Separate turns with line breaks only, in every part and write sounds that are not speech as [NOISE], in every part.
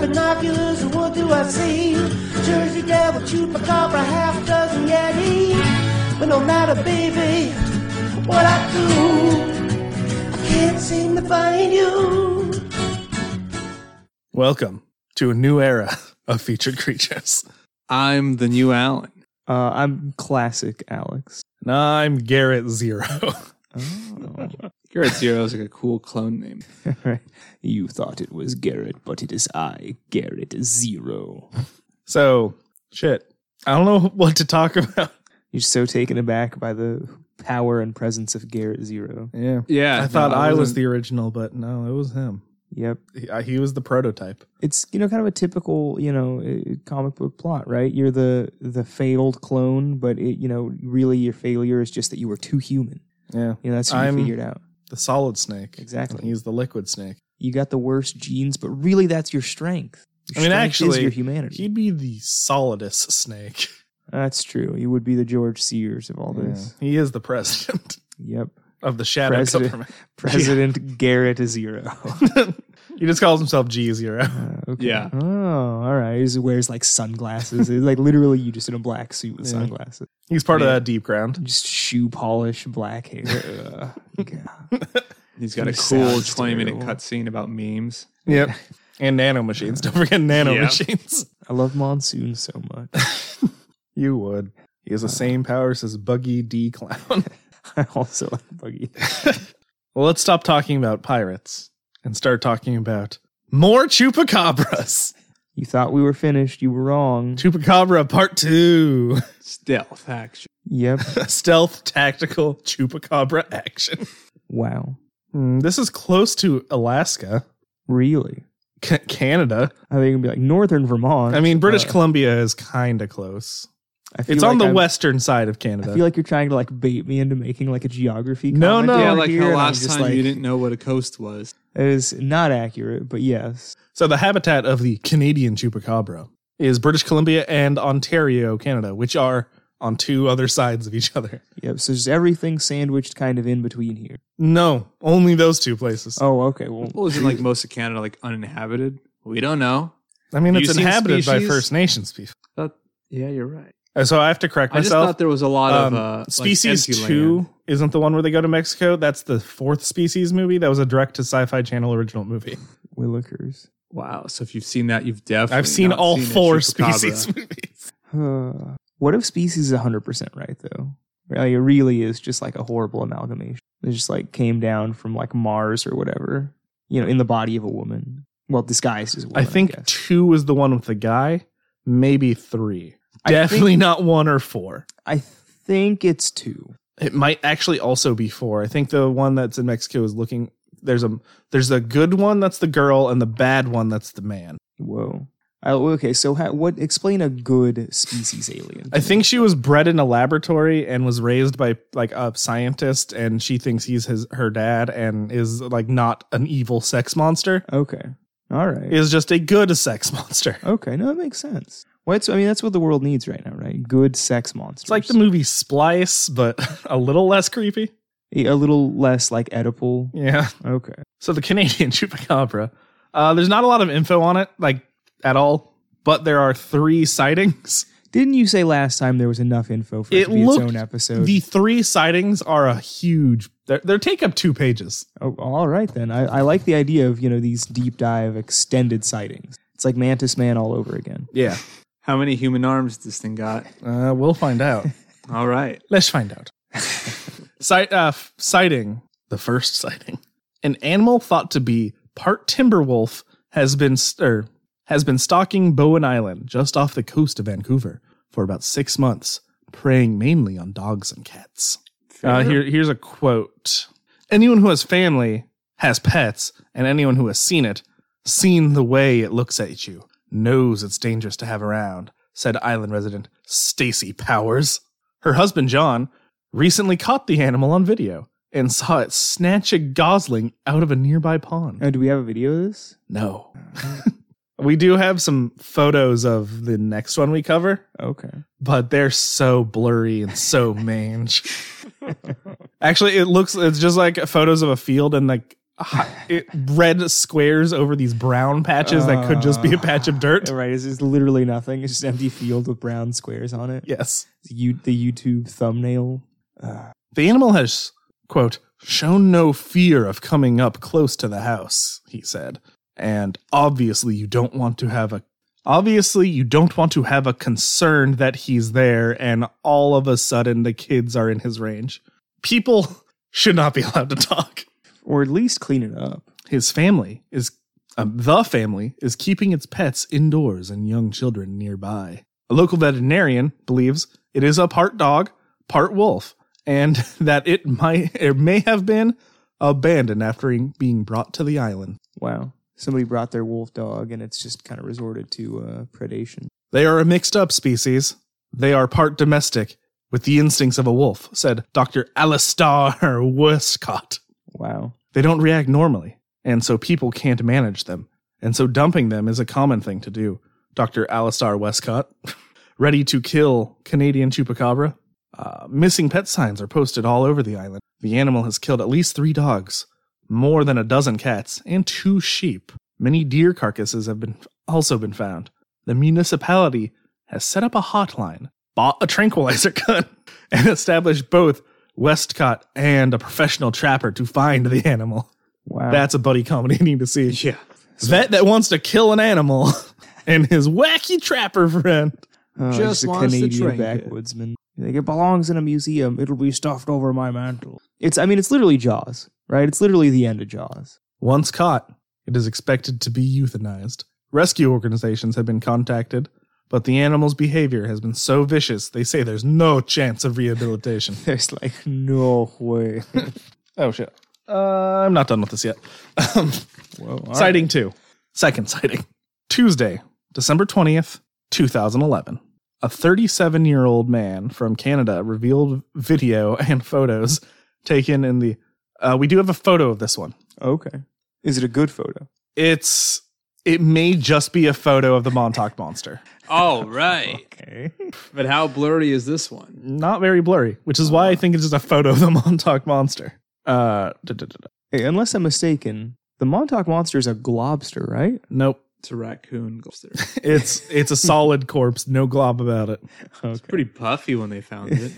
binoculars, what do I see? Jersey Devil, Chupacabra, half dozen Yeti. But no matter, baby, what I do, I can't seem to find you.
Welcome to a new era of featured creatures.
I'm the new Alan.
Uh, I'm classic
[LAUGHS]
Alex.
And I'm Garrett Zero. [LAUGHS]
Oh, [LAUGHS]
Garrett Zero is like a cool clone name.
you thought it was Garrett, but it is I, Garrett Zero.
so, shit. I don't know [LAUGHS] what to talk about.
You're so taken aback by the power and presence of Garrett Zero.
Yeah.
Yeah,
I thought
no,
I was
wasn't-
the original, but no, it was him.
Yep,
He, I, he was the prototype.
it's you know kind of a typical you know uh, comic book plot, right? You're the the failed clone, but it you know really your failure is just that you were too human.
Yeah.
You know that's what
I'm-
you figured out.
The solid snake.
Exactly.
And he's the liquid snake.
You got the worst genes, but really that's your strength. Your
I mean,
strength
actually,
is your humanity.
He'd be the solidest
[LAUGHS]
snake.
That's true. You would be the George Sears of all this.
He is the president [LAUGHS]
Yep.
of the shadow
President.
government.
President Garrett Zero.
[LAUGHS] he just calls himself G Zero. [LAUGHS]
Uh, okay.
Yeah.
Oh, all right. He wears like sunglasses. It's like literally you just in a black suit with
Yeah.
sunglasses.
He's part of
Yeah.
that deep ground.
Just shoe polish, black
[LAUGHS]
hair. Ugh. God.
He's got a
He
cool
sounds
20 minute
terrible.
cutscene about memes.
Yep. And nano machines. Don't forget nano
[LAUGHS] Yeah.
machines.
I love Monsoon so
[LAUGHS]
much. [LAUGHS]
You would. He
Uh.
has the same powers as Buggy D Clown. [LAUGHS]
I also like Buggy.
well, let's stop talking about pirates and start talking about more chupacabras. [LAUGHS]
You thought we were finished. You were wrong.
Chupacabra Part Two: [LAUGHS]
Stealth action.
Yep.
Stealth Tactical Chupacabra Action.
Wow.
Hmm, this is close to Alaska,
Really?
C- Canada.
I think it'd be like Northern Vermont.
I mean, British
Uh,
Columbia is kind of close.
I feel
It's on the
like I'm-
western side of Canada.
I feel like you're trying to like bait me into making like a geography.
No,
comment
no.
yeah,
over
like
here,
the
and I'm
last
just
time you
like,
didn't know what a coast was.
It is not accurate, but yes.
So the habitat of the Canadian chupacabra is British Columbia and Ontario, Canada, which are on two other [LAUGHS] sides of each other.
Yep. So just everything sandwiched kind of in between here.
No, only those two places.
Oh, okay. Well,
Well, isn't like most of Canada like uninhabited? We don't know.
I mean,
Have
it's
you seen
inhabited by
species?
First Nations people.
Yeah, you're right.
Uh, So I have to correct
I just
myself.
thought there was a lot
Um,
of uh, like,
species
empty
two
land.
isn't the one where they go to Mexico. That's the fourth species movie. That was a direct to Sci-Fi Channel original movie.
Willikers.
Wow. So if you've seen that, you've definitely
I've seen
not
all
a
four
chupacabra.
species [LAUGHS] movies.
Uh, what if species is 100% right, though? Like, it really is just like a horrible amalgamation. It just like came down from like Mars or whatever, you know, in the body of a woman. Well, disguised as a
I
woman.
think
guess.
two is the one with the guy. Maybe three.
I
Definitely
think-
not one or four.
I think it's two.
It might actually also be four. I think the one that's in Mexico is looking. There's a there's a good one that's the girl and the bad one that's the man.
Whoa. I, okay, so ha, what? Explain a good species alien.
I think she was bred in a laboratory and was raised by like a scientist, and she thinks he's his her dad and is like not an evil sex monster.
Okay. All right.
Is just a good sex [LAUGHS] monster.
Okay, no, that makes sense. Well, it's, I mean, that's what the world needs right now, right? Good sex monsters.
It's like the movie Splice, but [LAUGHS] a little less creepy.
a little less like Oedipal.
Yeah.
Okay,
So the Canadian [LAUGHS] chupacabra. Uh, there's not a lot of info on it, like at all. But there are three sightings.
didn't you say last time there was enough info for it,
It
to be its
looked-
own episode?
The three sightings are a huge. They're, they're take up two pages.
oh, all right then. I, I like the idea of you know these deep dive extended sightings. It's like Mantis Man all over again.
Yeah,
How many human arms this thing got?
uh, we'll find out.
All right.
Let's find out. Sight, uh, f- sighting the first [LAUGHS] sighting. An animal thought to be part timber wolf has been s- er, has been stalking Bowen Island just off the coast of Vancouver for about six months, preying mainly on dogs and cats. Uh, here, here's a quote Anyone who has family has pets, and anyone who has seen it, seen the way it looks at you, knows it's dangerous to have around, said island resident Stacy Powers. Her husband, John, recently caught the animal on video and saw it snatch a gosling out of a nearby pond.
Oh, do we have a video of this?
No. [LAUGHS] we do have some photos of the next one we cover
Okay,
but they're so blurry and so mange. Actually, it looks it's just like photos of a field and like hi- it- red squares over these brown patches that could just be a patch of dirt.
Ah. [LAUGHS] Right, it's just literally nothing. It's just an empty field with brown squares on it.
Yes.
It's you, the YouTube thumbnail. Uh,
The animal has, quote, shown no fear of coming up close to the house, he said. And obviously you don't want to have a obviously you don't want to have a concern that he's there and all of a sudden the kids are in his range. People [LAUGHS] should not be allowed to talk.
or at least clean it up.
His family is um, the family is keeping its pets indoors and young children nearby. A local veterinarian believes it is a part dog, part wolf, and [LAUGHS] that it might it may have been abandoned after being brought to the island.
Wow. Somebody brought their wolf dog and it's just kind of resorted to uh, predation.
They are a mixed up species. They are part domestic with the instincts of a wolf, said Dr. [LAUGHS] Alistar Westcott.
Wow.
They don't react normally, and so people can't manage them. And so dumping them is a common thing to do. Dr. Alistar Westcott, [LAUGHS] ready to kill Canadian chupacabra. Uh, missing pet signs are posted all over the island. The animal has killed at least three dogs, more than a dozen cats, and two sheep. Many deer carcasses have been also been found. The municipality has set up a hotline, bought a tranquilizer [LAUGHS] gun, and established both Westcott and a professional trapper to find the animal.
Wow.
That's a buddy comedy you need to see.
Yeah.
Vet that wants to kill an animal [LAUGHS] and his wacky trapper friend.
Oh, he's
just
a
lost the
Canadian
train bit.
backwoodsman. Like it belongs in a museum. It'll be stuffed over my mantle. It's. I mean, it's literally Jaws, right? It's literally the end of Jaws. [LAUGHS]
Once caught, it is expected to be euthanized. Rescue organizations have been contacted, but the animal's behavior has been so vicious they say there's no chance of rehabilitation.
There's like no [LAUGHS] way.
oh shit. Uh, I'm not done with this yet. Um,
Whoa. all right.
sighting two. Second sighting. Tuesday, December 20th, 2011. A 37 year old man from Canada revealed video [LAUGHS] and photos taken in the. Uh, we do have a photo of this one.
Okay. Is it a good photo?
It's. It may just be a photo of the Montauk Monster.
All right.
[LAUGHS]
Okay.
But how blurry is this one?
Not very blurry, which is why I think it's just a photo of the [LAUGHS] Montauk Monster. Uh, da, da, da, da.
[LAUGHS] Hey, unless I'm mistaken, the Montauk Monster is a globster, right?
Nope.
It's a raccoon gloucester.
It's it's a solid corpse. No glob about it.
Okay.
[LAUGHS] Pretty puffy when they found it.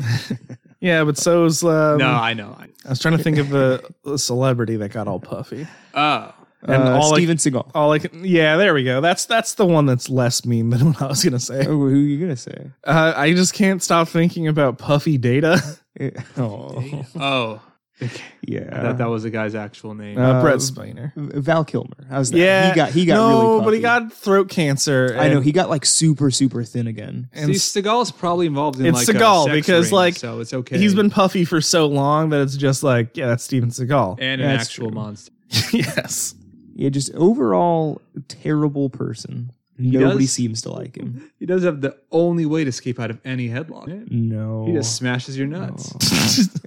Yeah, but so's [LAUGHS] um,
no, I know. I
I was trying to think of a, a celebrity that got all puffy.
Oh,
And
uh,
all I-
Steven Seagal.
All I can, yeah, there we go. That's that's the one that's less mean than [LAUGHS] what I was gonna say.
Oh, who are you gonna say?
Uh, I just can't stop thinking about Puffy Data. [LAUGHS]
Eh, [LAUGHS] Oh,
oh. I
[LAUGHS] yeah.
thought that was the guy's actual name.
Uh,
Uh,
Brett Spiner.
Val Kilmer. How's that?
Yeah,
He got. He got
no,
really.
but he
puffy.
got throat cancer.
I know
and-
he got like super super thin again.
and
See, Seagal's probably involved in
It's
like a
Seagal,
sex
because,
ring,
like,
so it's okay.
he's been puffy for so long that it's just like, yeah, that's Steven Seagal.
and an
That's
actual
true.
monster.
[LAUGHS] yes, [LAUGHS]
Yeah, just overall terrible person. Nobody
does-
seems to like him.
He does have the only way to escape out of any headlock.
[LAUGHS]
No.
He just smashes your nuts.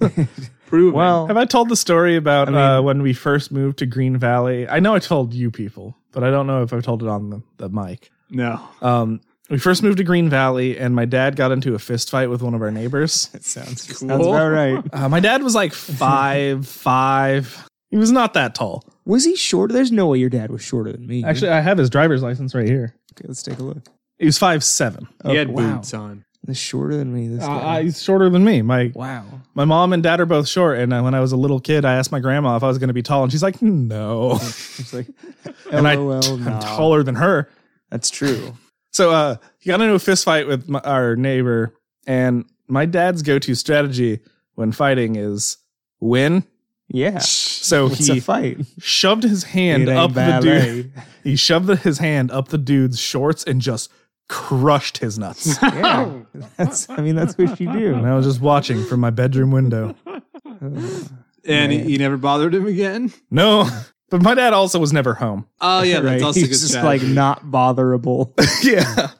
Oh.
[LAUGHS]
have
Prove
well,
I told the story about
mean-
uh, when we first moved to Green Valley? I know I told you people, but I don't know if I've told it on the, the mic.
it. No.
Um, we first moved to Green Valley, and my dad got into a fist fight with one of our neighbors.
that sounds
Cool.
sounds about right.
[LAUGHS] Uh, my dad was like [LAUGHS] five, five. He was not that tall.
Was he shorter? There's no way your dad was shorter than me.
Actually, I have his driver's license right here.
okay, let's take a look.
He was five seven.
He had
Oh, wow.
boots on.
He's shorter than me.
Uh,
This guy.
he's shorter than me. My
wow.
my mom and dad are both short, and uh, when I was a little kid, I asked my grandma if I was going to be tall, and she's like, "No,"
It's like,
[LAUGHS] and I,
LOL, nah.
I'm taller than her.
That's true.
So uh, he got into a fist fight with my, our neighbor, and my dad's go to strategy when fighting is win.
Yeah.
So
It's a
he
fight.
shoved his hand
It ain't
up the dude.
ballet.
[LAUGHS] He shoved his hand up the dude's shorts and just crushed his nuts.
Yeah. That's, I mean, that's what
[LAUGHS]
you
and
do.
I was just watching from my bedroom window.
And he,
Man.
he never bothered him again.
[LAUGHS] No, but my dad also was never home.
Oh yeah, that's
Right.
also
He's
good.
just
strategy.
like not botherable.
[LAUGHS] yeah.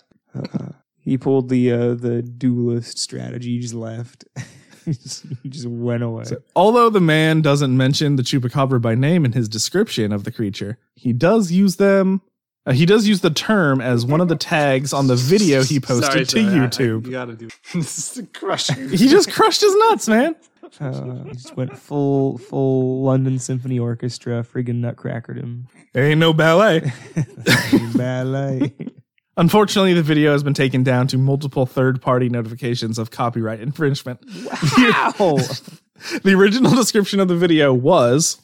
[LAUGHS] He pulled the uh, the duelist strategy. He just left. [LAUGHS] he, just, he just went away.
Although the man doesn't mention the chupacabra by name in his description of the creature, he does use them. uh, he does use the term as one of the tags on the video he posted
[LAUGHS] Sorry,
to
sorry, I-
[LAUGHS]
I- [LAUGHS]
YouTube.
you gotta do. this is crushing.
he just crushed his nuts, man.
Uh, he just went full full London Symphony Orchestra, friggin' nutcrackered him.
There ain't no ballet.
Ballet.
Unfortunately, the video has been taken down to multiple third party notifications of copyright infringement.
Wow.
[LAUGHS] The original description of the video was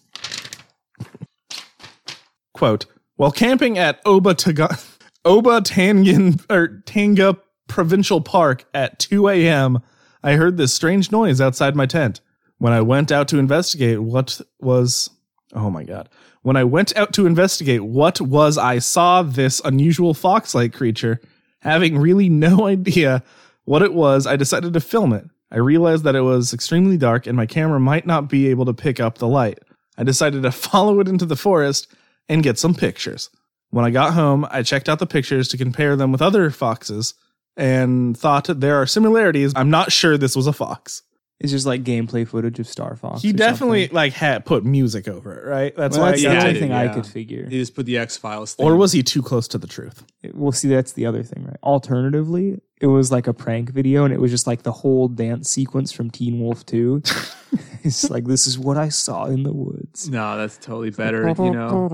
quote, while camping at Oba Taga- Oba Tangan or Tanga Provincial Park at 2 a.m., I heard this strange noise outside my tent. When I went out to investigate what was oh my god. When I went out to investigate what was I saw this unusual fox like creature, having really no [LAUGHS] idea what it was, I decided to film it. I realized that it was extremely dark and my camera might not be able to pick up the light. I decided to [LAUGHS] follow it into the forest and get some pictures. When I got home, I checked out the pictures to compare them with other foxes and thought there are similarities. I'm not sure this was a fox.
[LAUGHS] it's just like gameplay footage of Star Fox.
He
or
definitely
something.
like had put music over it, right? That's
Well,
why
that's
I
the
got it.
yeah,
only
I
thing
did,
I
yeah.
could figure.
They just put the X Files.
Or was he too close to the truth?
Well, see, that's the other thing, right? Alternatively, it was like a prank video, and it was just like the whole dance sequence from Teen Wolf Two. [LAUGHS] it's like this is what I saw in the woods.
No, that's totally better. You know.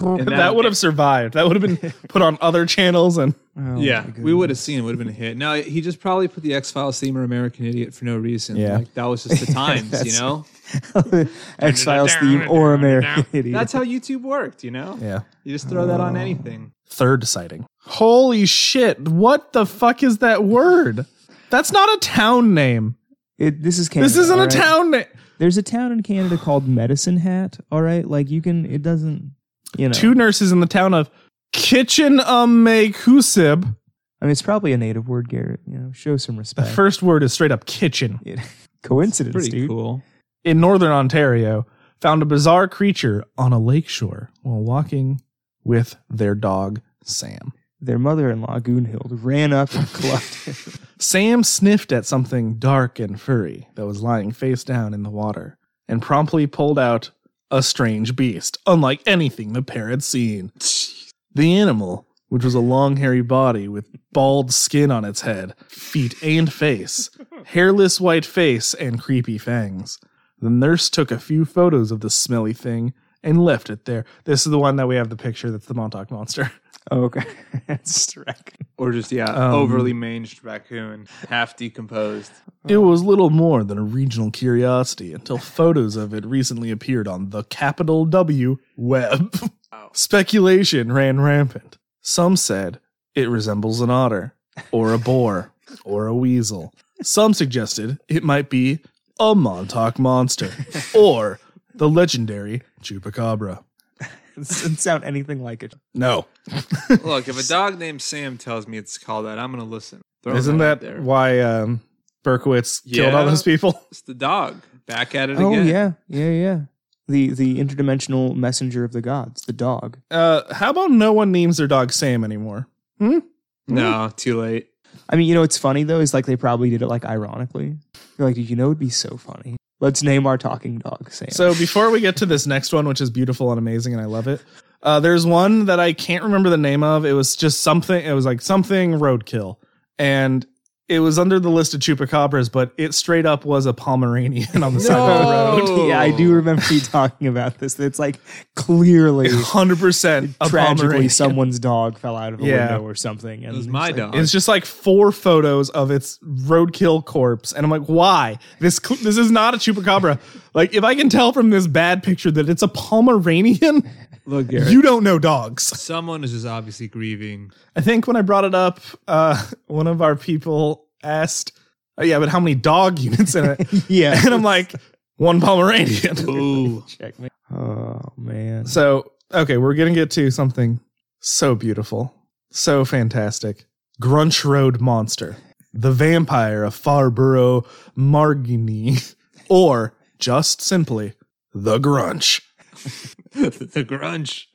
And
That, would have survived. That would [LAUGHS] have been put on other channels and
Oh,
Yeah,
my
we would have
goodness.
seen. Would have been a hit. No, he just probably put the X Files theme or American Idiot for no reason.
Yeah.
like, that
[LAUGHS]
was just the times. you
That's-
know,
X Files theme or American [LAUGHS] Idiot.
that's how YouTube worked. You know,
yeah. Oh.
you just throw that on anything.
Third sighting. Holy shit. What the fuck is that word? That's not a town name.
it, this is Canada.
This isn't
alright?
a town name.
There's a town in Canada called Medicine Hat. All right, like you can. It doesn't. You know,
Two nurses in the town of Kitchen Amekusib.
I mean, it's probably a native word, Garrett. You know, show some
The
respect.
first word is straight up kitchen.
[LAUGHS] It- coincidence,
Pretty
dude.
cool.
In northern Ontario, found a bizarre creature on a lakeshore while walking with their dog, Sam.
Their mother-in-law, Goonhild, ran up and [LAUGHS] clubbed him.
Sam sniffed at something dark and furry that was lying face down in the water and promptly pulled out a strange beast, unlike anything the pair had seen. The animal, which was a long, hairy body with bald skin on its head, feet, and face, hairless white face, and creepy fangs. The nurse took a few photos of the smelly thing and left it there. This is the one that we have the picture that's the Montauk Monster. [LAUGHS]
Oh, [LAUGHS] okay, that's right.
Or just yeah,
Um,
overly manged raccoon, half
[LAUGHS]
decomposed.
It was little more than a regional curiosity until photos of it recently appeared on the capital W web.
Wow.
[LAUGHS] Speculation ran rampant. Some said it resembles an otter, or a boar, or a weasel. Some suggested it might be a Montauk monster, or the legendary Chupacabra.
It doesn't sound anything like it.
No.
Look, if a dog named Sam tells me it's called that, I'm gonna listen. Throw
Isn't
out
that
there.
why um, Berkowitz killed all
Yeah.
those people?
It's the dog back at it
Oh
again.
yeah, yeah, yeah. The the interdimensional messenger of the gods, the dog.
Uh, how about no one names their dog Sam anymore? Hmm?
No, too late.
I mean, you know, what's funny though is like they probably did it like ironically. You're like, you know, it'd be so funny. Let's name our talking dog Sam.
[LAUGHS]
[LAUGHS]
So before we get to this next one, which is beautiful and amazing, and I love it. Uh, there's one that I can't remember the name of. It was just something. It was like something roadkill, and it was under the list of chupacabras, but it straight up was a Pomeranian on the side of the road.
yeah, I do remember you talking about this. It's like clearly,
Hundred percent [LAUGHS] a
tragically,
Pomeranian.
someone's dog fell out of a
Yeah.
window or something. And
It was
it's
my
like-
dog.
It's just like four photos of its roadkill corpse, and I'm like, why? This cl- this is not a chupacabra. like, if I can tell from this bad picture that it's a Pomeranian, [LAUGHS]
Look,
you don't know dogs.
someone is just obviously
[LAUGHS]
grieving.
I think when I brought it up, uh, [LAUGHS] one of our people asked, oh, "Yeah, but how many dog [LAUGHS] units in it?"
Yeah,
and I'm like, "One Pomeranian." [LAUGHS]
Ooh, [LAUGHS]
check me. Oh man,
so okay, we're gonna get to something so beautiful, so fantastic. Grunch Road Monster, the vampire of Farborough Margini, [LAUGHS] or just simply the Grunch.
the grunge.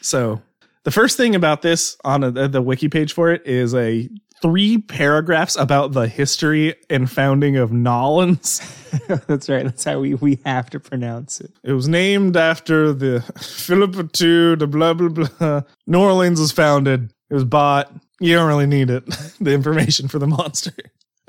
So the first thing about this on a, the wiki page for it is a three paragraphs about the history and founding of Nolans.
[LAUGHS] that's right. That's how we we have to pronounce it.
It was named after the [LAUGHS] Philip II, the blah blah blah. New [LAUGHS] Orleans was founded. It was bought. You don't really need it. The information for the monster.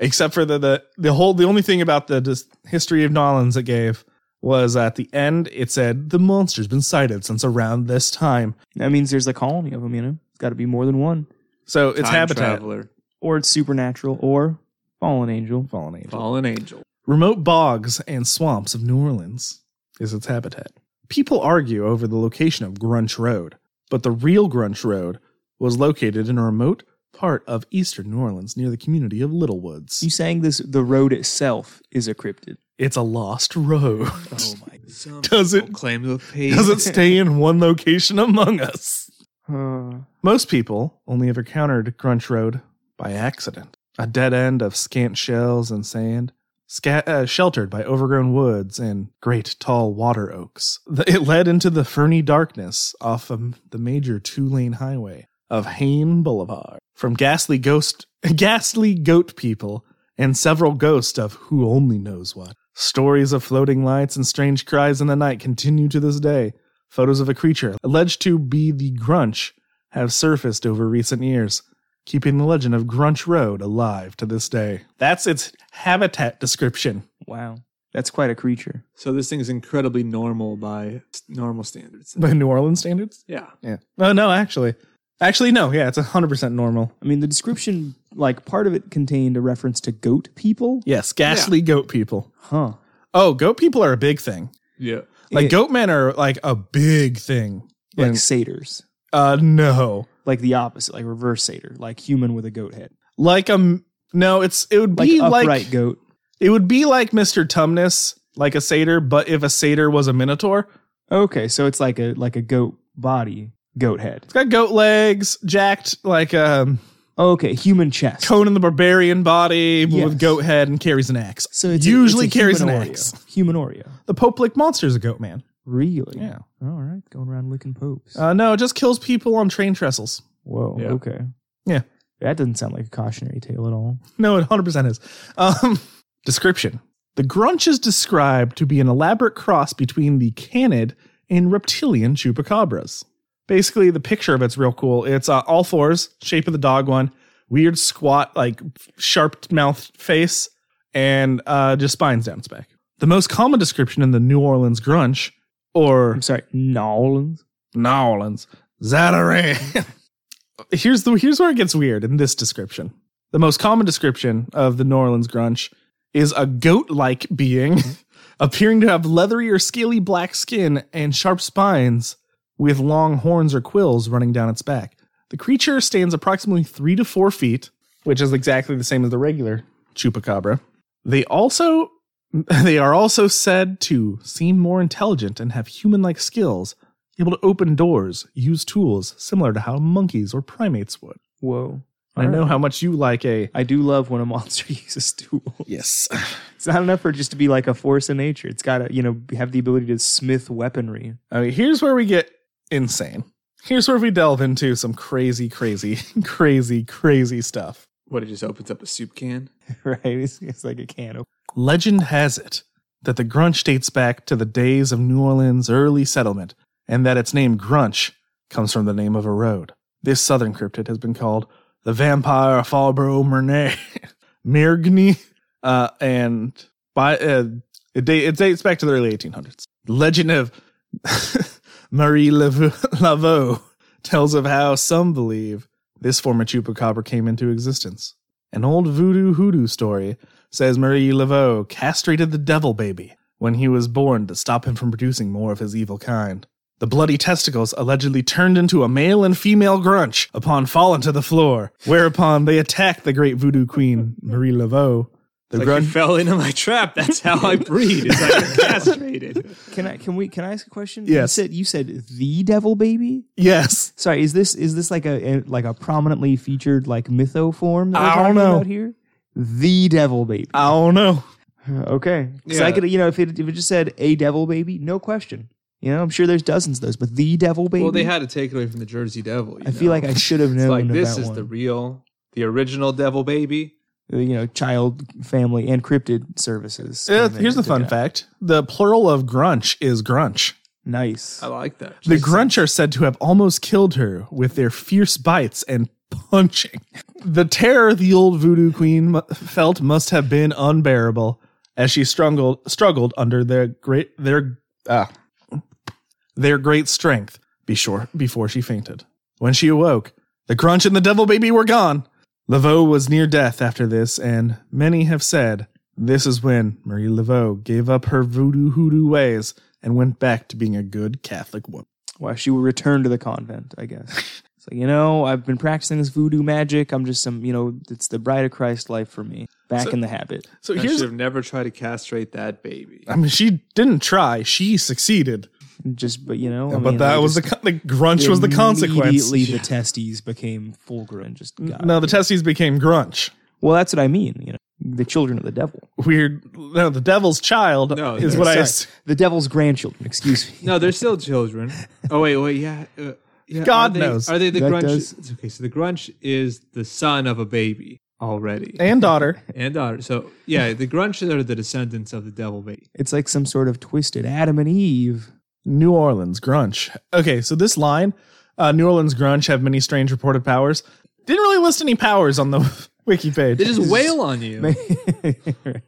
except for the the the whole the only thing about the dis- history of Nolans it gave was at the end it said the monster's been sighted since around this time.
That means there's a colony of them, you know? It's got to be more than one.
So it's
Time
habitat
traveler,
Or it's supernatural or fallen angel.
fallen angel.
fallen angel.
Remote bogs and swamps of New Orleans is its habitat. People argue over the location of Grunch Road, but the real Grunch Road was located in a remote part of eastern New Orleans near the community of Little Woods.
You saying this, the road itself is a cryptid.
It's a lost road.
Oh
Oh my.
Some [LAUGHS]
Does it-
people claim to have
[LAUGHS]
paid
Does
[LAUGHS]
it stay in one location among us?
Uh,
Most people only have encountered Grunch Road by accident. A dead end of scant shells and sand, sca- uh, sheltered by overgrown woods and great tall water oaks. The- it led into the ferny darkness off of the major two lane highway of Hain Boulevard. From ghastly ghost, [LAUGHS] ghastly goat people and several ghosts of who only knows what. Stories of floating lights and strange cries in the night continue to this day. Photos of a creature alleged to be the Grunch have surfaced over recent years, keeping the legend of Grunch Road alive to this day. That's its habitat description.
wow. That's quite a creature.
So this thing's incredibly normal by s- normal standards.
By New Orleans standards?
Yeah.
Yeah. Oh, no, actually. Actually, no. Yeah, it's 100% normal.
I mean, the description, like, part of it contained a reference to goat people.
Yes, ghastly goat people.
Huh.
Oh, goat people are a big thing.
Yeah.
Like,
It-
goat men are like a big thing.
Like
And-
satyrs.
uh, no.
Like the opposite, like reverse satyr, like human with a goat head.
Like, um, no, it's, it would
Like
be
upright
like,
goat.
it would be like Mr. Tumnus, like a satyr, but if a satyr was a minotaur,
Okay, so it's like a like a goat body, goat head.
it's got goat legs, jacked like, um,
Okay, human chest.
Conan the Barbarian body
Yes.
with goat head and carries an axe.
so it's a-
usually
it's a
carries an
human Oreo.
axe.
Human Oreo.
The Pope like monster is a goat man.
Really?
Yeah.
All right, going around licking popes.
Uh, no, it just kills people on train trestles. [LAUGHS]
Whoa.
yeah.
Okay.
Yeah.
That doesn't sound like a cautionary tale at all.
No, it 100% is. Um, [LAUGHS] description The Grunch is described to be an elaborate cross between the canid and reptilian chupacabras. Basically, the picture of it's real cool. It's uh, all fours, shape of the dog one, weird squat, like sharp mouth face, and uh, just spines down its back. The most common description in the New Orleans Grunch, or
I'm sorry, Nolans.
New Orleans. Zatarain. [LAUGHS] here's the here's where it gets weird in this description. The most common description of the New Orleans grunch is a goat-like being [LAUGHS] appearing to have leathery or scaly black skin and sharp spines with long horns or quills running down its back. The creature stands approximately three to four feet, which is exactly the same as the regular chupacabra. They also [LAUGHS] they are also said to seem more intelligent and have human-like skills, able to open doors, use tools similar to how monkeys or primates would.
Whoa.
I know
Alright.
how much you like a
I do love when a monster [LAUGHS] uses tools.
yes.
It's not enough for it just to be like a force in nature. It's got to, you know, have the ability to smith weaponry. [LAUGHS]
Okay, here's where we get insane. Here's where we delve into some crazy, crazy, [LAUGHS] crazy, crazy stuff.
What it just opens up a soup can.
Right? It's, it's like a can of.
Legend has it that the Grunch dates back to the days of New Orleans' early settlement, and that its name Grunch comes from the name of a road. This southern cryptid has been called the Vampire of Farbro [LAUGHS] Merne, Mirgni, uh, and by uh, it, da- it dates back to the early 1800s. Legend of [LAUGHS] Marie Laveau, Laveau tells of how some believe this form of chupacabra came into existence. An old voodoo hoodoo story says Marie Laveau castrated the devil baby when he was born to stop him from producing more of his evil kind. The bloody testicles allegedly turned into a male and female grunch upon falling to the floor, whereupon they attacked the great voodoo queen, Marie Laveau. The
It's like
grunge
you fell into my trap. That's how I breed. It's like [LAUGHS] I'm castrated.
Can I? Can we? Can I ask a question? You
Yes.
said you said the devil baby.
Yes.
Sorry, is this is this like a, a like a prominently featured like mytho form? That we're
I don't
talking
know.
about here. The devil baby.
I don't know.
[SIGHS] okay, because I
Yeah.
could you know if it if it just said a devil baby, no question. You know, I'm sure there's dozens of those, but the devil baby.
Well, they had to take it away from the Jersey Devil. you
I feel
know?
like I should have known.
It's like
of
this
that
is the
one.
real, the original Devil Baby.
uh, you know child, family, and cryptid services.
Uh,
came in
here's the
and took
fun
it out.
fact the plural of grunch is grunch.
Nice.
Oh.
I like that.
The grunch are said to have almost killed her with their fierce bites and punching. The terror the old voodoo queen mu- felt must have been unbearable as she struggled struggled under their great their ah, their great strength before before she fainted. When she awoke, the crunch and the devil baby were gone. Laveau was near death after this, and many have said this is when Marie Laveau gave up her voodoo hoodoo ways and went back to being a good Catholic woman.
Well, she will return to the convent, I guess.
[LAUGHS]
It's like, you know, I've been practicing this voodoo magic. I'm just some, you know, it's the bride of Christ life for me. Back
So-
in the habit.
So
I should
here's
have never tried to castrate that baby.
I mean she didn't try, she succeeded.
Just, but you know, I
but
mean,
that
I
was the
just-
con- the grunch was the consequence. Mm-hmm.
Immediately, the testes became fulgur and just got.
No, the testes became grunch.
Well, that's what I mean. You know, the children of the devil.
Weird. No, the devil's child
No,
is [LAUGHS]
no,
what I.
Sorry,
ass-
the devil's grandchildren. Excuse me. [LAUGHS]
No, they're still children. Oh wait, wait, yeah. Uh, yeah,
God
are they,
knows.
Are they the
That
grunch?
does-
It's okay, so the grunch is the son of a baby already, and,
And daughter.
daughter. So yeah, the grunch are the descendants of the devil baby.
It's like some sort of twisted Adam and Eve.
New Orleans grunge. Okay, so this line, uh, New Orleans grunge have many strange reported powers. Didn't really list any powers on the [LAUGHS] wiki page.
[LAUGHS]
They just wail on you. You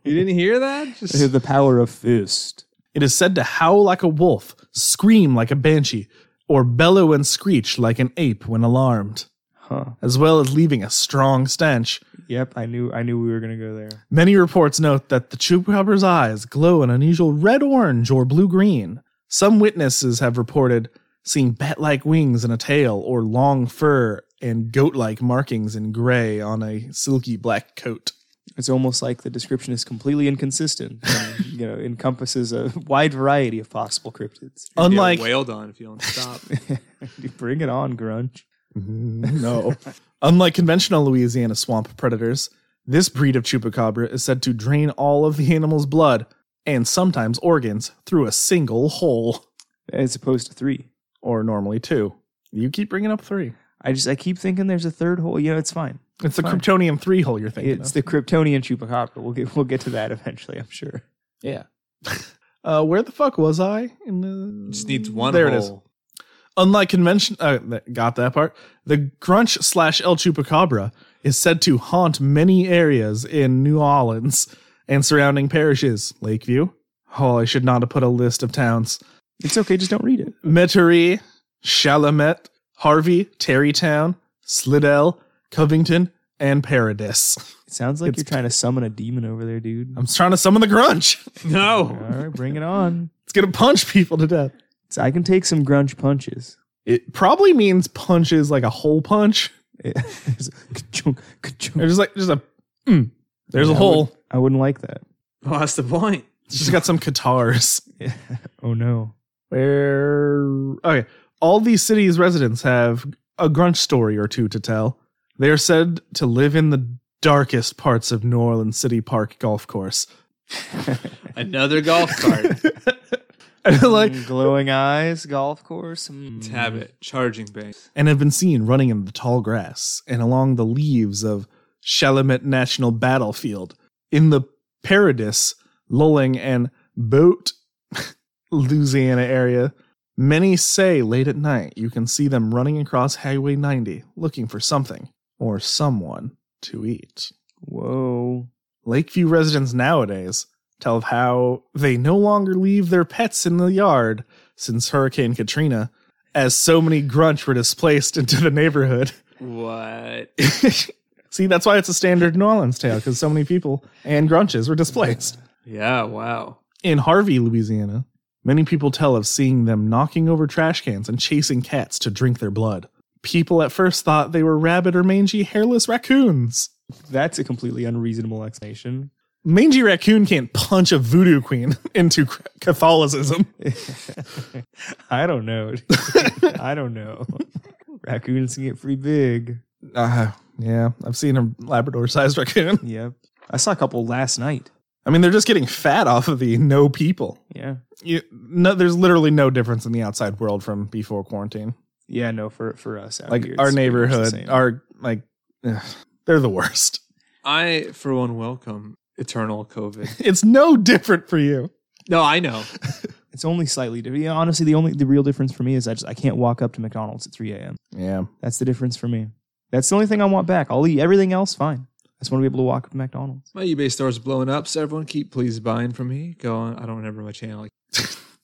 didn't hear that? [LAUGHS] Just
the power of fist.
It is said to howl like a wolf, scream like a banshee, or bellow and screech like an ape when alarmed,
Huh.
as well as leaving a strong stench.
Yep. I knew. I knew we were gonna go there.
Many reports note that the chupacabra's eyes glow an unusual red orange or blue green. Some witnesses have reported seeing bat like wings and a tail, or long fur and goat like markings in gray on a silky black coat.
It's almost like the description is completely inconsistent. And, you know, [LAUGHS] encompasses a wide variety of possible [LAUGHS] cryptids.
Unlike.
yeah, wailed on if you don't stop.
Bring it on, grunge.
[LAUGHS] no. Unlike conventional Louisiana swamp predators, this breed of chupacabra is said to drain all of the animal's blood and sometimes organs through a single hole,
As opposed to three.
or normally two. You keep bringing up three.
I just I keep thinking there's a third hole. You know, it's fine.
It's the Kryptonium three hole you're thinking
It's
of.
the Kryptonian chupacabra. We'll get we'll get to that eventually. I'm sure.
yeah. uh, where the fuck was I? In the
[LAUGHS] Just needs one.
There
hole.
it is. Unlike convention, uh, th- got that part. The Grunch slash El Chupacabra is said to haunt many areas in New Orleans and surrounding parishes. Lakeview. Oh, I should not have put a list of towns.
It's okay. Just don't read it.
Metairie, Chalamet, Harvey, Terrytown, Slidell, Covington, and Paradis.
It sounds like
It's-
you're trying to summon a demon over there, dude.
I'm trying to summon the Grunch.
[LAUGHS] All
No.
right, bring it on.
It's gonna punch people to death.
So I can take some grunge punches. [LAUGHS]
It probably means punches like a hole punch. [LAUGHS]
There's a ka-chunk, ka-chunk.
Or just like just a mm, there's a
Yeah, I
hole.
would- I wouldn't like that.
Well, that's the point.
It's just got some guitars. [LAUGHS]
Oh no.
Where okay. All these cities' residents have a grunge story or two to tell. They are said to live in the darkest parts of New Orleans City Park golf course. [LAUGHS]
Another golf [LAUGHS] cart.
And like
glowing eyes, golf course. mm.
Tab it. Charging banks.
and have been seen running in the tall grass and along the leaves of Chalamet National Battlefield, in the Paradis, Lulling, and Boat, [LAUGHS] Louisiana area. Many say late at night you can see them running across Highway 90 looking for something or someone to eat.
Whoa.
Lakeview residents nowadays tell of how they no longer leave their pets in the yard since Hurricane Katrina, as so many grunts were displaced into the neighborhood. [LAUGHS]
What?
See, that's why it's a standard New Orleans tale, because so many people and grunches were displaced.
Yeah. Wow.
In Harvey, Louisiana, many people tell of seeing them knocking over trash cans and chasing cats to drink their blood. People at first thought they were rabid or mangy, hairless raccoons.
That's a completely unreasonable explanation. [LAUGHS]
Mangy raccoon can't punch a voodoo queen [LAUGHS] into Catholicism.
I don't know. [LAUGHS] I don't [LAUGHS] know. Raccoons can get pretty big.
Uh, yeah, I've seen a Labrador sized raccoon.
Yep. I saw a couple last night.
I mean, they're just getting fat off of the no people.
Yeah.
You, no, there's literally no difference in the outside world from before quarantine.
Yeah, no, for for us. out
Like
here,
our
it's pretty much the
neighborhood,
same.
our like, ugh, they're the worst. [LAUGHS]
I, for one, welcome eternal COVID.
It's no different for you.
No, I know.
it's only slightly different. Yeah, honestly, the only the real difference for me is I just I can't walk up to McDonald's at 3 a.m.
Yeah,
That's the difference for me. That's the only thing I want back. I'll eat everything else fine. I just want to be able to walk up to McDonald's.
My eBay store's blowing up, so everyone keep please buying from me. Go on. I don't remember my channel. Like,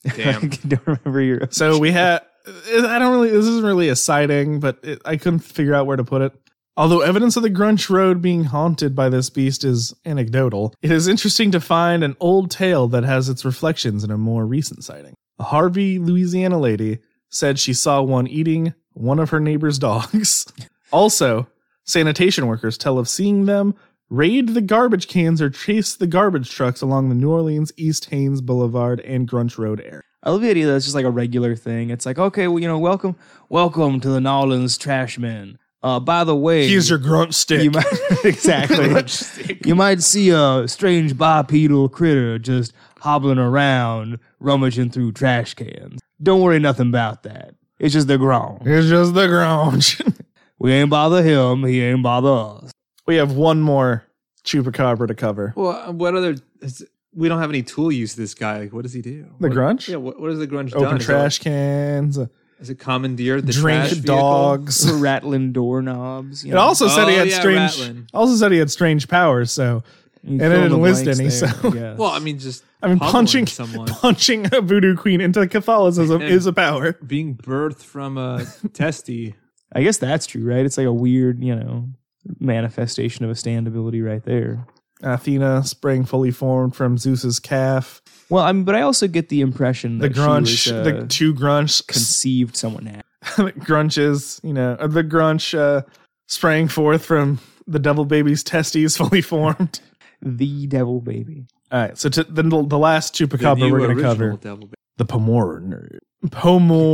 I
damn.
[LAUGHS] don't remember your.
So we had. I don't really. This isn't really a sighting, but it, I couldn't figure out where to put it. Although evidence of the Grunch Road being haunted by this beast is anecdotal, it is interesting to find an old tale that has its reflections in a more recent sighting. A Harvey, Louisiana lady said she saw one eating one of her neighbor's dogs. [LAUGHS] also, sanitation workers tell of seeing them raid the garbage cans or chase the garbage trucks along the New Orleans East Haines Boulevard and Grunch Road area.
I love the idea that it's just like a regular thing. It's like, okay, well, you know, welcome, welcome to the Nolans Trash Men. Uh, by the way,
Here's your grunt stick.
you [LAUGHS] might,
[LAUGHS]
exactly. you might see a strange bipedal critter just hobbling around, rummaging through trash cans. Don't worry, nothing about that. It's just the ground.
It's just the grunge.
We ain't bother him. He ain't bother us.
we have one more chupacabra to cover.
well, what other? Is, we don't have any tool use this guy. Like, what does he do?
The
What-
grunge?
Yeah. What, what has the grunge done?
Open
Is it-
trash cans,
Is it commandeered the
drink
trash vehicle?
dogs.
Rattling doorknobs. [LAUGHS] You
It also said he
Oh,
had
yeah,
strange.
rattling.
Also said he had strange powers. So [LAUGHS]
and
it didn't list any, so-
Well, I mean, just
I mean,
pummeling
punching [LAUGHS]
someone,
punching a voodoo queen into Catholicism
And-
is a power.
being birthed
[LAUGHS]
from a testy.
I guess that's true, right? It's like a weird, you know, manifestation of a stand ability right there.
Athena sprang fully formed from Zeus's calf.
Well, I mean, but I also get the impression
The
that
grunge,
she was, uh,
the two grunge, [LAUGHS]
conceived someone had.
grunches. You know, the grunge uh, sprang forth from the devil baby's testes, [LAUGHS] fully formed.
The devil baby.
All right, so to, then the, the last
The
chupacabra
new
we're going to
original
cover
devil baby.
the Pomornik,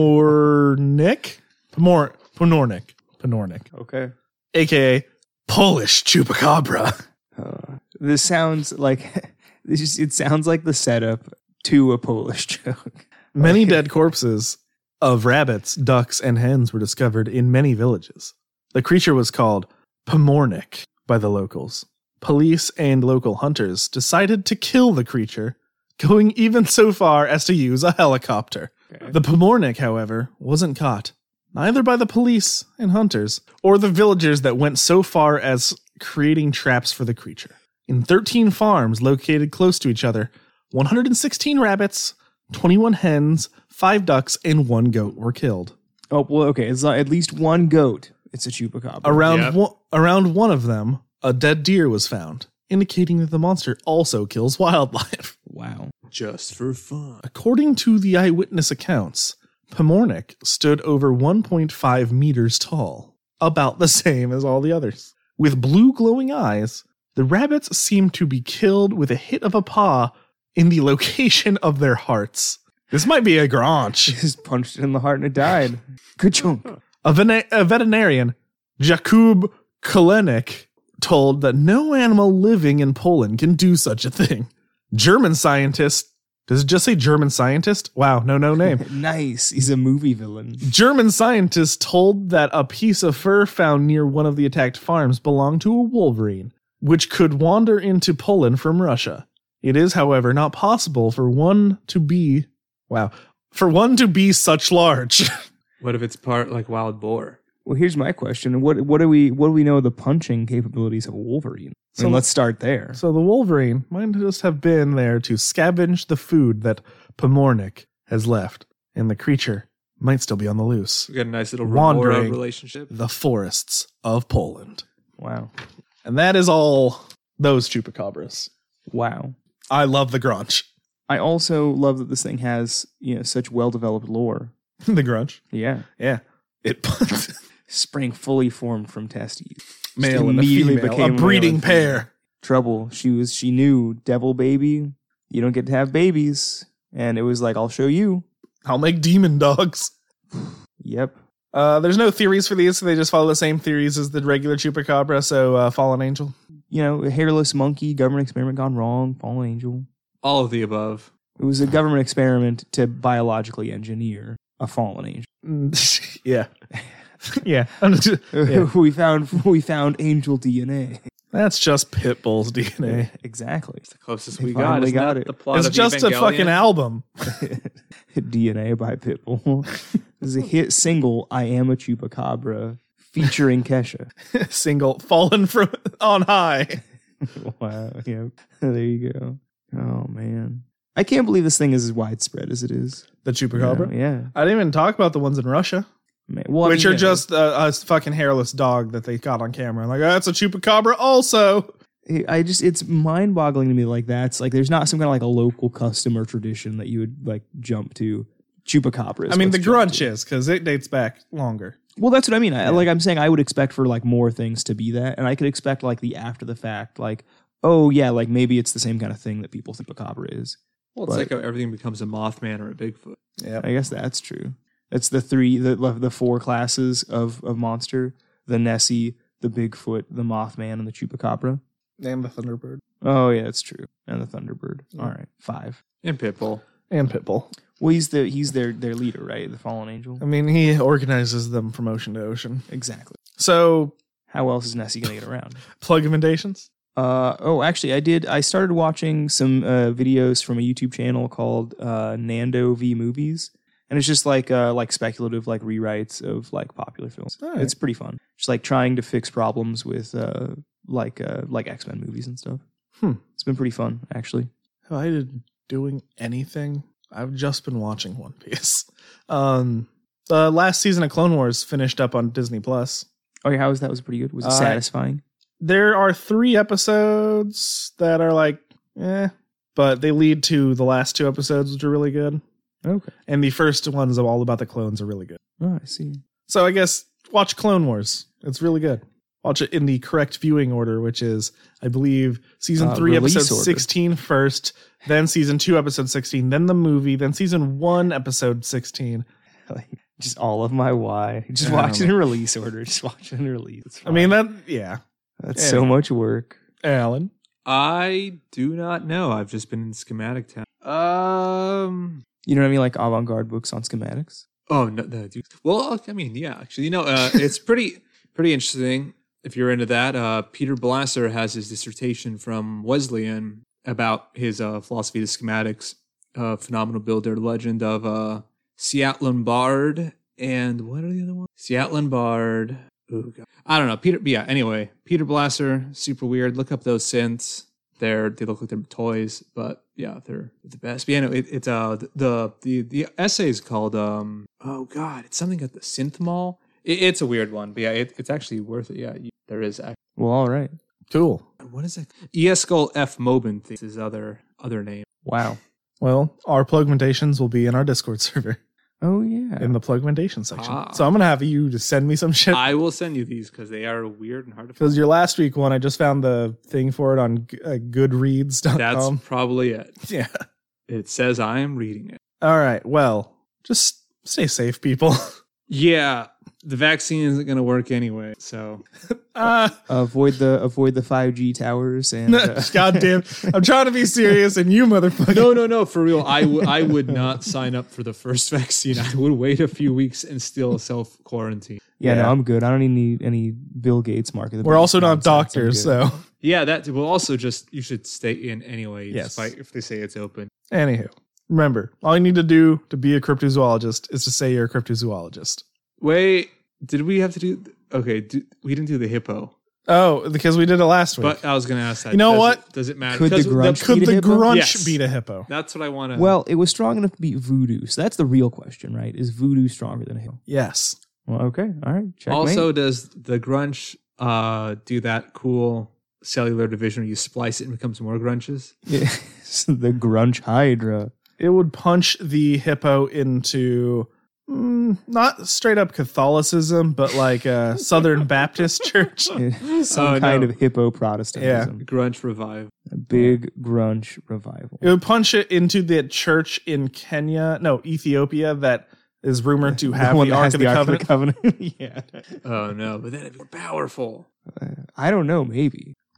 Pomornik, Pomor Pomornik, Pomornik,
Okay.
aka Polish chupacabra. [LAUGHS]
Uh, this sounds like [LAUGHS] this is, it sounds like the setup to a Polish [LAUGHS] joke.
Many dead corpses of rabbits, ducks, and hens were discovered in many villages. The creature was called Pomornik by the locals. Police and local hunters decided to kill the creature, going even so far as to use a helicopter. The Pomornik, however, wasn't caught, neither by the police and hunters, or the villagers that went so far as creating traps for the creature. In 13 farms located close to each other, 116 rabbits, 21 hens, 5 ducks, and 1 goat were killed.
Oh well, okay. It's not, at least one goat. It's a chupacabra.
Around,
Yep.
one, around one of them, a dead deer was found, indicating that the monster also kills wildlife.
Wow. [LAUGHS]
Just for fun.
According to the eyewitness accounts, Pomornik stood over 1.5 meters tall, about the [LAUGHS] same as all the others. With blue glowing eyes, the rabbits seemed to be killed with a hit of a paw in the [LAUGHS] location of their hearts. This might be a granch.
Just punched it in the heart and it died. Good chunk.
[LAUGHS] A, vene- a veterinarian, Jakub Kolenik, told that no animal living in Poland can do such a thing. German scientist, does it just say German scientist? Wow, no, no name.
Nice. He's a movie villain.
German scientists told that a piece of fur found near one of the attacked farms belonged to a wolverine, which could wander into Poland from Russia. It is, however, not possible for one to be wow, for one to be such large. [LAUGHS]
What if it's part like wild boar?
Well, here's my question. What what do we what do we know of the punching capabilities of a wolverine? I
So-
mean, let's start there.
so the wolverine might just have been there to scavenge the food that Pomornik has left, and the creature might still be on the loose.
We got a nice little
Wandering.
Wandering. relationship.
The forests of Poland.
Wow.
And that is all those chupacabras.
Wow.
I love the grunge.
I also love that this thing has, you know, such well-developed lore.
the grunge.
Yeah.
Yeah. It [LAUGHS]
Sprang fully formed from testes.
male and a
immediately
female,
became
a
male and
breeding
female.
pair.
Trouble. She was she knew devil baby, you don't get to have babies. And it was like, I'll show you.
I'll make demon dogs.
Yep.
Uh, there's no theories for these, so they just follow the same theories as the regular chupacabra. So uh, fallen angel.
You know, a hairless monkey, government experiment gone wrong, fallen angel.
All of the above.
It was a government experiment to biologically engineer a fallen angel.
Mm, [LAUGHS] yeah, yeah. I'm just- [LAUGHS] Yeah.
[LAUGHS] we found we found angel DNA.
[LAUGHS] That's just Pitbull's DNA.
Exactly.
It's the closest
They
we got.
finally
Isn't
got
that
it.
The plot
it's
of
just a
Evangelion?
fucking album. [LAUGHS]
DNA by Pitbull. it was a hit single, I Am a Chupacabra, featuring
[LAUGHS]
Kesha.
Single fallen from [LAUGHS] on high.
wow. Yep. there you go. Oh man. I can't believe this thing is as widespread as it is.
The chupacabra.
You know, yeah.
I didn't even talk about the ones in Russia,
Man, well, I
which
mean,
are
yeah.
just uh, a fucking hairless dog that they got on camera. Like, oh, that's a chupacabra also.
I just it's mind boggling to me like that's like there's not some kind of like a local custom or tradition that you would like jump to. Chupacabras.
I mean, the
let's jump
grunch
to.
is because it dates back longer.
Well, that's what I mean. I, like I'm saying, I would expect for like more things to be that, and I could expect like the after the fact, like oh yeah, like maybe it's the same kind of thing that people think chupacabra is.
Well, it's
But-
like how everything becomes a Mothman or a Bigfoot.
Yeah.
I guess that's true. That's the three, the the four classes of of monster: the Nessie, the Bigfoot, the Mothman, and the Chupacabra.
And the Thunderbird.
Oh yeah, that's true. And the Thunderbird. All right, five.
And Pitbull.
And Pitbull.
Well, he's the he's their their leader, right? The fallen angel.
I mean, he organizes them from ocean to ocean.
Exactly.
So,
How else is Nessie gonna get around?
plug invitations.
Uh, oh, actually, I did. I started watching some uh, videos from a YouTube channel called uh, Nando V Movies, and it's just like uh, like speculative like rewrites of like popular films.
All right.
It's pretty fun. Just like trying to fix problems with uh, like uh, like X Men movies and stuff.
Hmm.
It's been pretty fun actually.
Have I been doing anything? I've just been watching One Piece. Um, the last season of Clone Wars finished up on Disney Plus.
Oh yeah, how was that? Was it pretty good? Was it
Uh,
satisfying?
There are three episodes that are like, eh, but they lead to the last two episodes, which are really good.
Okay.
And the first ones of all about the clones are really good.
Oh, I see.
So I guess watch Clone Wars. It's really good. Watch it in the correct viewing order, which is, I believe, season
Uh,
three,
release
episode
order.
16 first, then season two, episode 16, then the movie, then season one, episode 16.
[LAUGHS] Like, just all of my why. [LAUGHS] Just
Yeah.
watch it in release order. Just watch it in release. It's
I mean,
fine.
that, yeah.
that's
yeah.
so much work.
Alan.
I do not know. I've just been in Schematic Town. Um.
You know what I mean? Like avant garde books on schematics.
Oh no, no, dude. Well, I mean, yeah. Actually, you know, uh, it's pretty pretty interesting if you're into that. Uh, Peter Blasser has his dissertation from Wesleyan about his uh, philosophy of schematics, uh, phenomenal builder, legend of uh, Seat Lombard, and what are the other ones? Seat Lombard. Oh god, I don't know. Peter. Yeah. Anyway, Peter Blasser, super weird. Look up those synths. They're they look like they're toys, but yeah, they're the best. But yeah, no, it, it's uh the the the essay is called um oh god, it's something at the synth mall. It, it's a weird one, but yeah, it, it's actually worth it. Yeah, you, there is. Actually,
Well, all right.
Cool.
what is it? Escol F Mobin is his other other name.
Wow.
Well, our plugmentations will be in our Discord [LAUGHS] server
Oh yeah.
in the plugmentation section.
Ah.
So I'm going to have you just send me some shit.
I will send you these because they are weird and hard to find.
Because your last week one, I just found the thing for it on G- uh, goodreads.com.
That's probably it.
yeah.
It says I am reading it.
All right. Well, just stay safe, people.
Yeah, the vaccine isn't going to work anyway. So
Uh,
avoid the avoid the five G
[LAUGHS]
towers and uh,
goddamn. I'm trying to be serious, and you motherfucker.
no, no, no. For real, I would I would not sign up for the first [LAUGHS] vaccine. I would wait a few weeks and still self quarantine.
[LAUGHS] yeah,
Yeah.
no, I'm good. I don't need any Bill Gates mark of the.
We're also not
nonsense. I'm
doctors,
good.
so.
Yeah, that will also just you should stay in anyway.
Yes.
despite if they say it's open.
Anywho, remember, all you need to do to be a cryptozoologist is to say you're a cryptozoologist.
Wait, did we have to do? Okay, do, we didn't do the hippo,
Oh, because we did it last week.
but I was going to ask that.
You know
Does
what?
It, does it matter?
Could the
'Cause
grunge-
Could
Beat a
the
hippo?
grunch
Yes.
beat a hippo?
that's what I want to.
Well, it was strong enough to beat voodoo, so that's the real question, right? Is voodoo stronger than him?
Yes.
Well, okay, all right. Checkmate. [LAUGHS]
also, does the grunge uh, do that cool cellular division where you splice it and it becomes more grunches?
Yeah, the grunge hydra.
It would punch the hippo into mm, not straight up Catholicism, but like [LAUGHS] a Southern Baptist church.
Some
[LAUGHS] Oh,
kind
no.
of hippo Protestantism.
Grunge revive.
A big grunge revival.
It would punch it into the church in Kenya, no, Ethiopia, that is rumored to
[LAUGHS]
have the,
that
Ark
has
of the, Covenant.
Covenant. [LAUGHS] yeah.
Oh no! But then it'd be more powerful.
I don't know, maybe.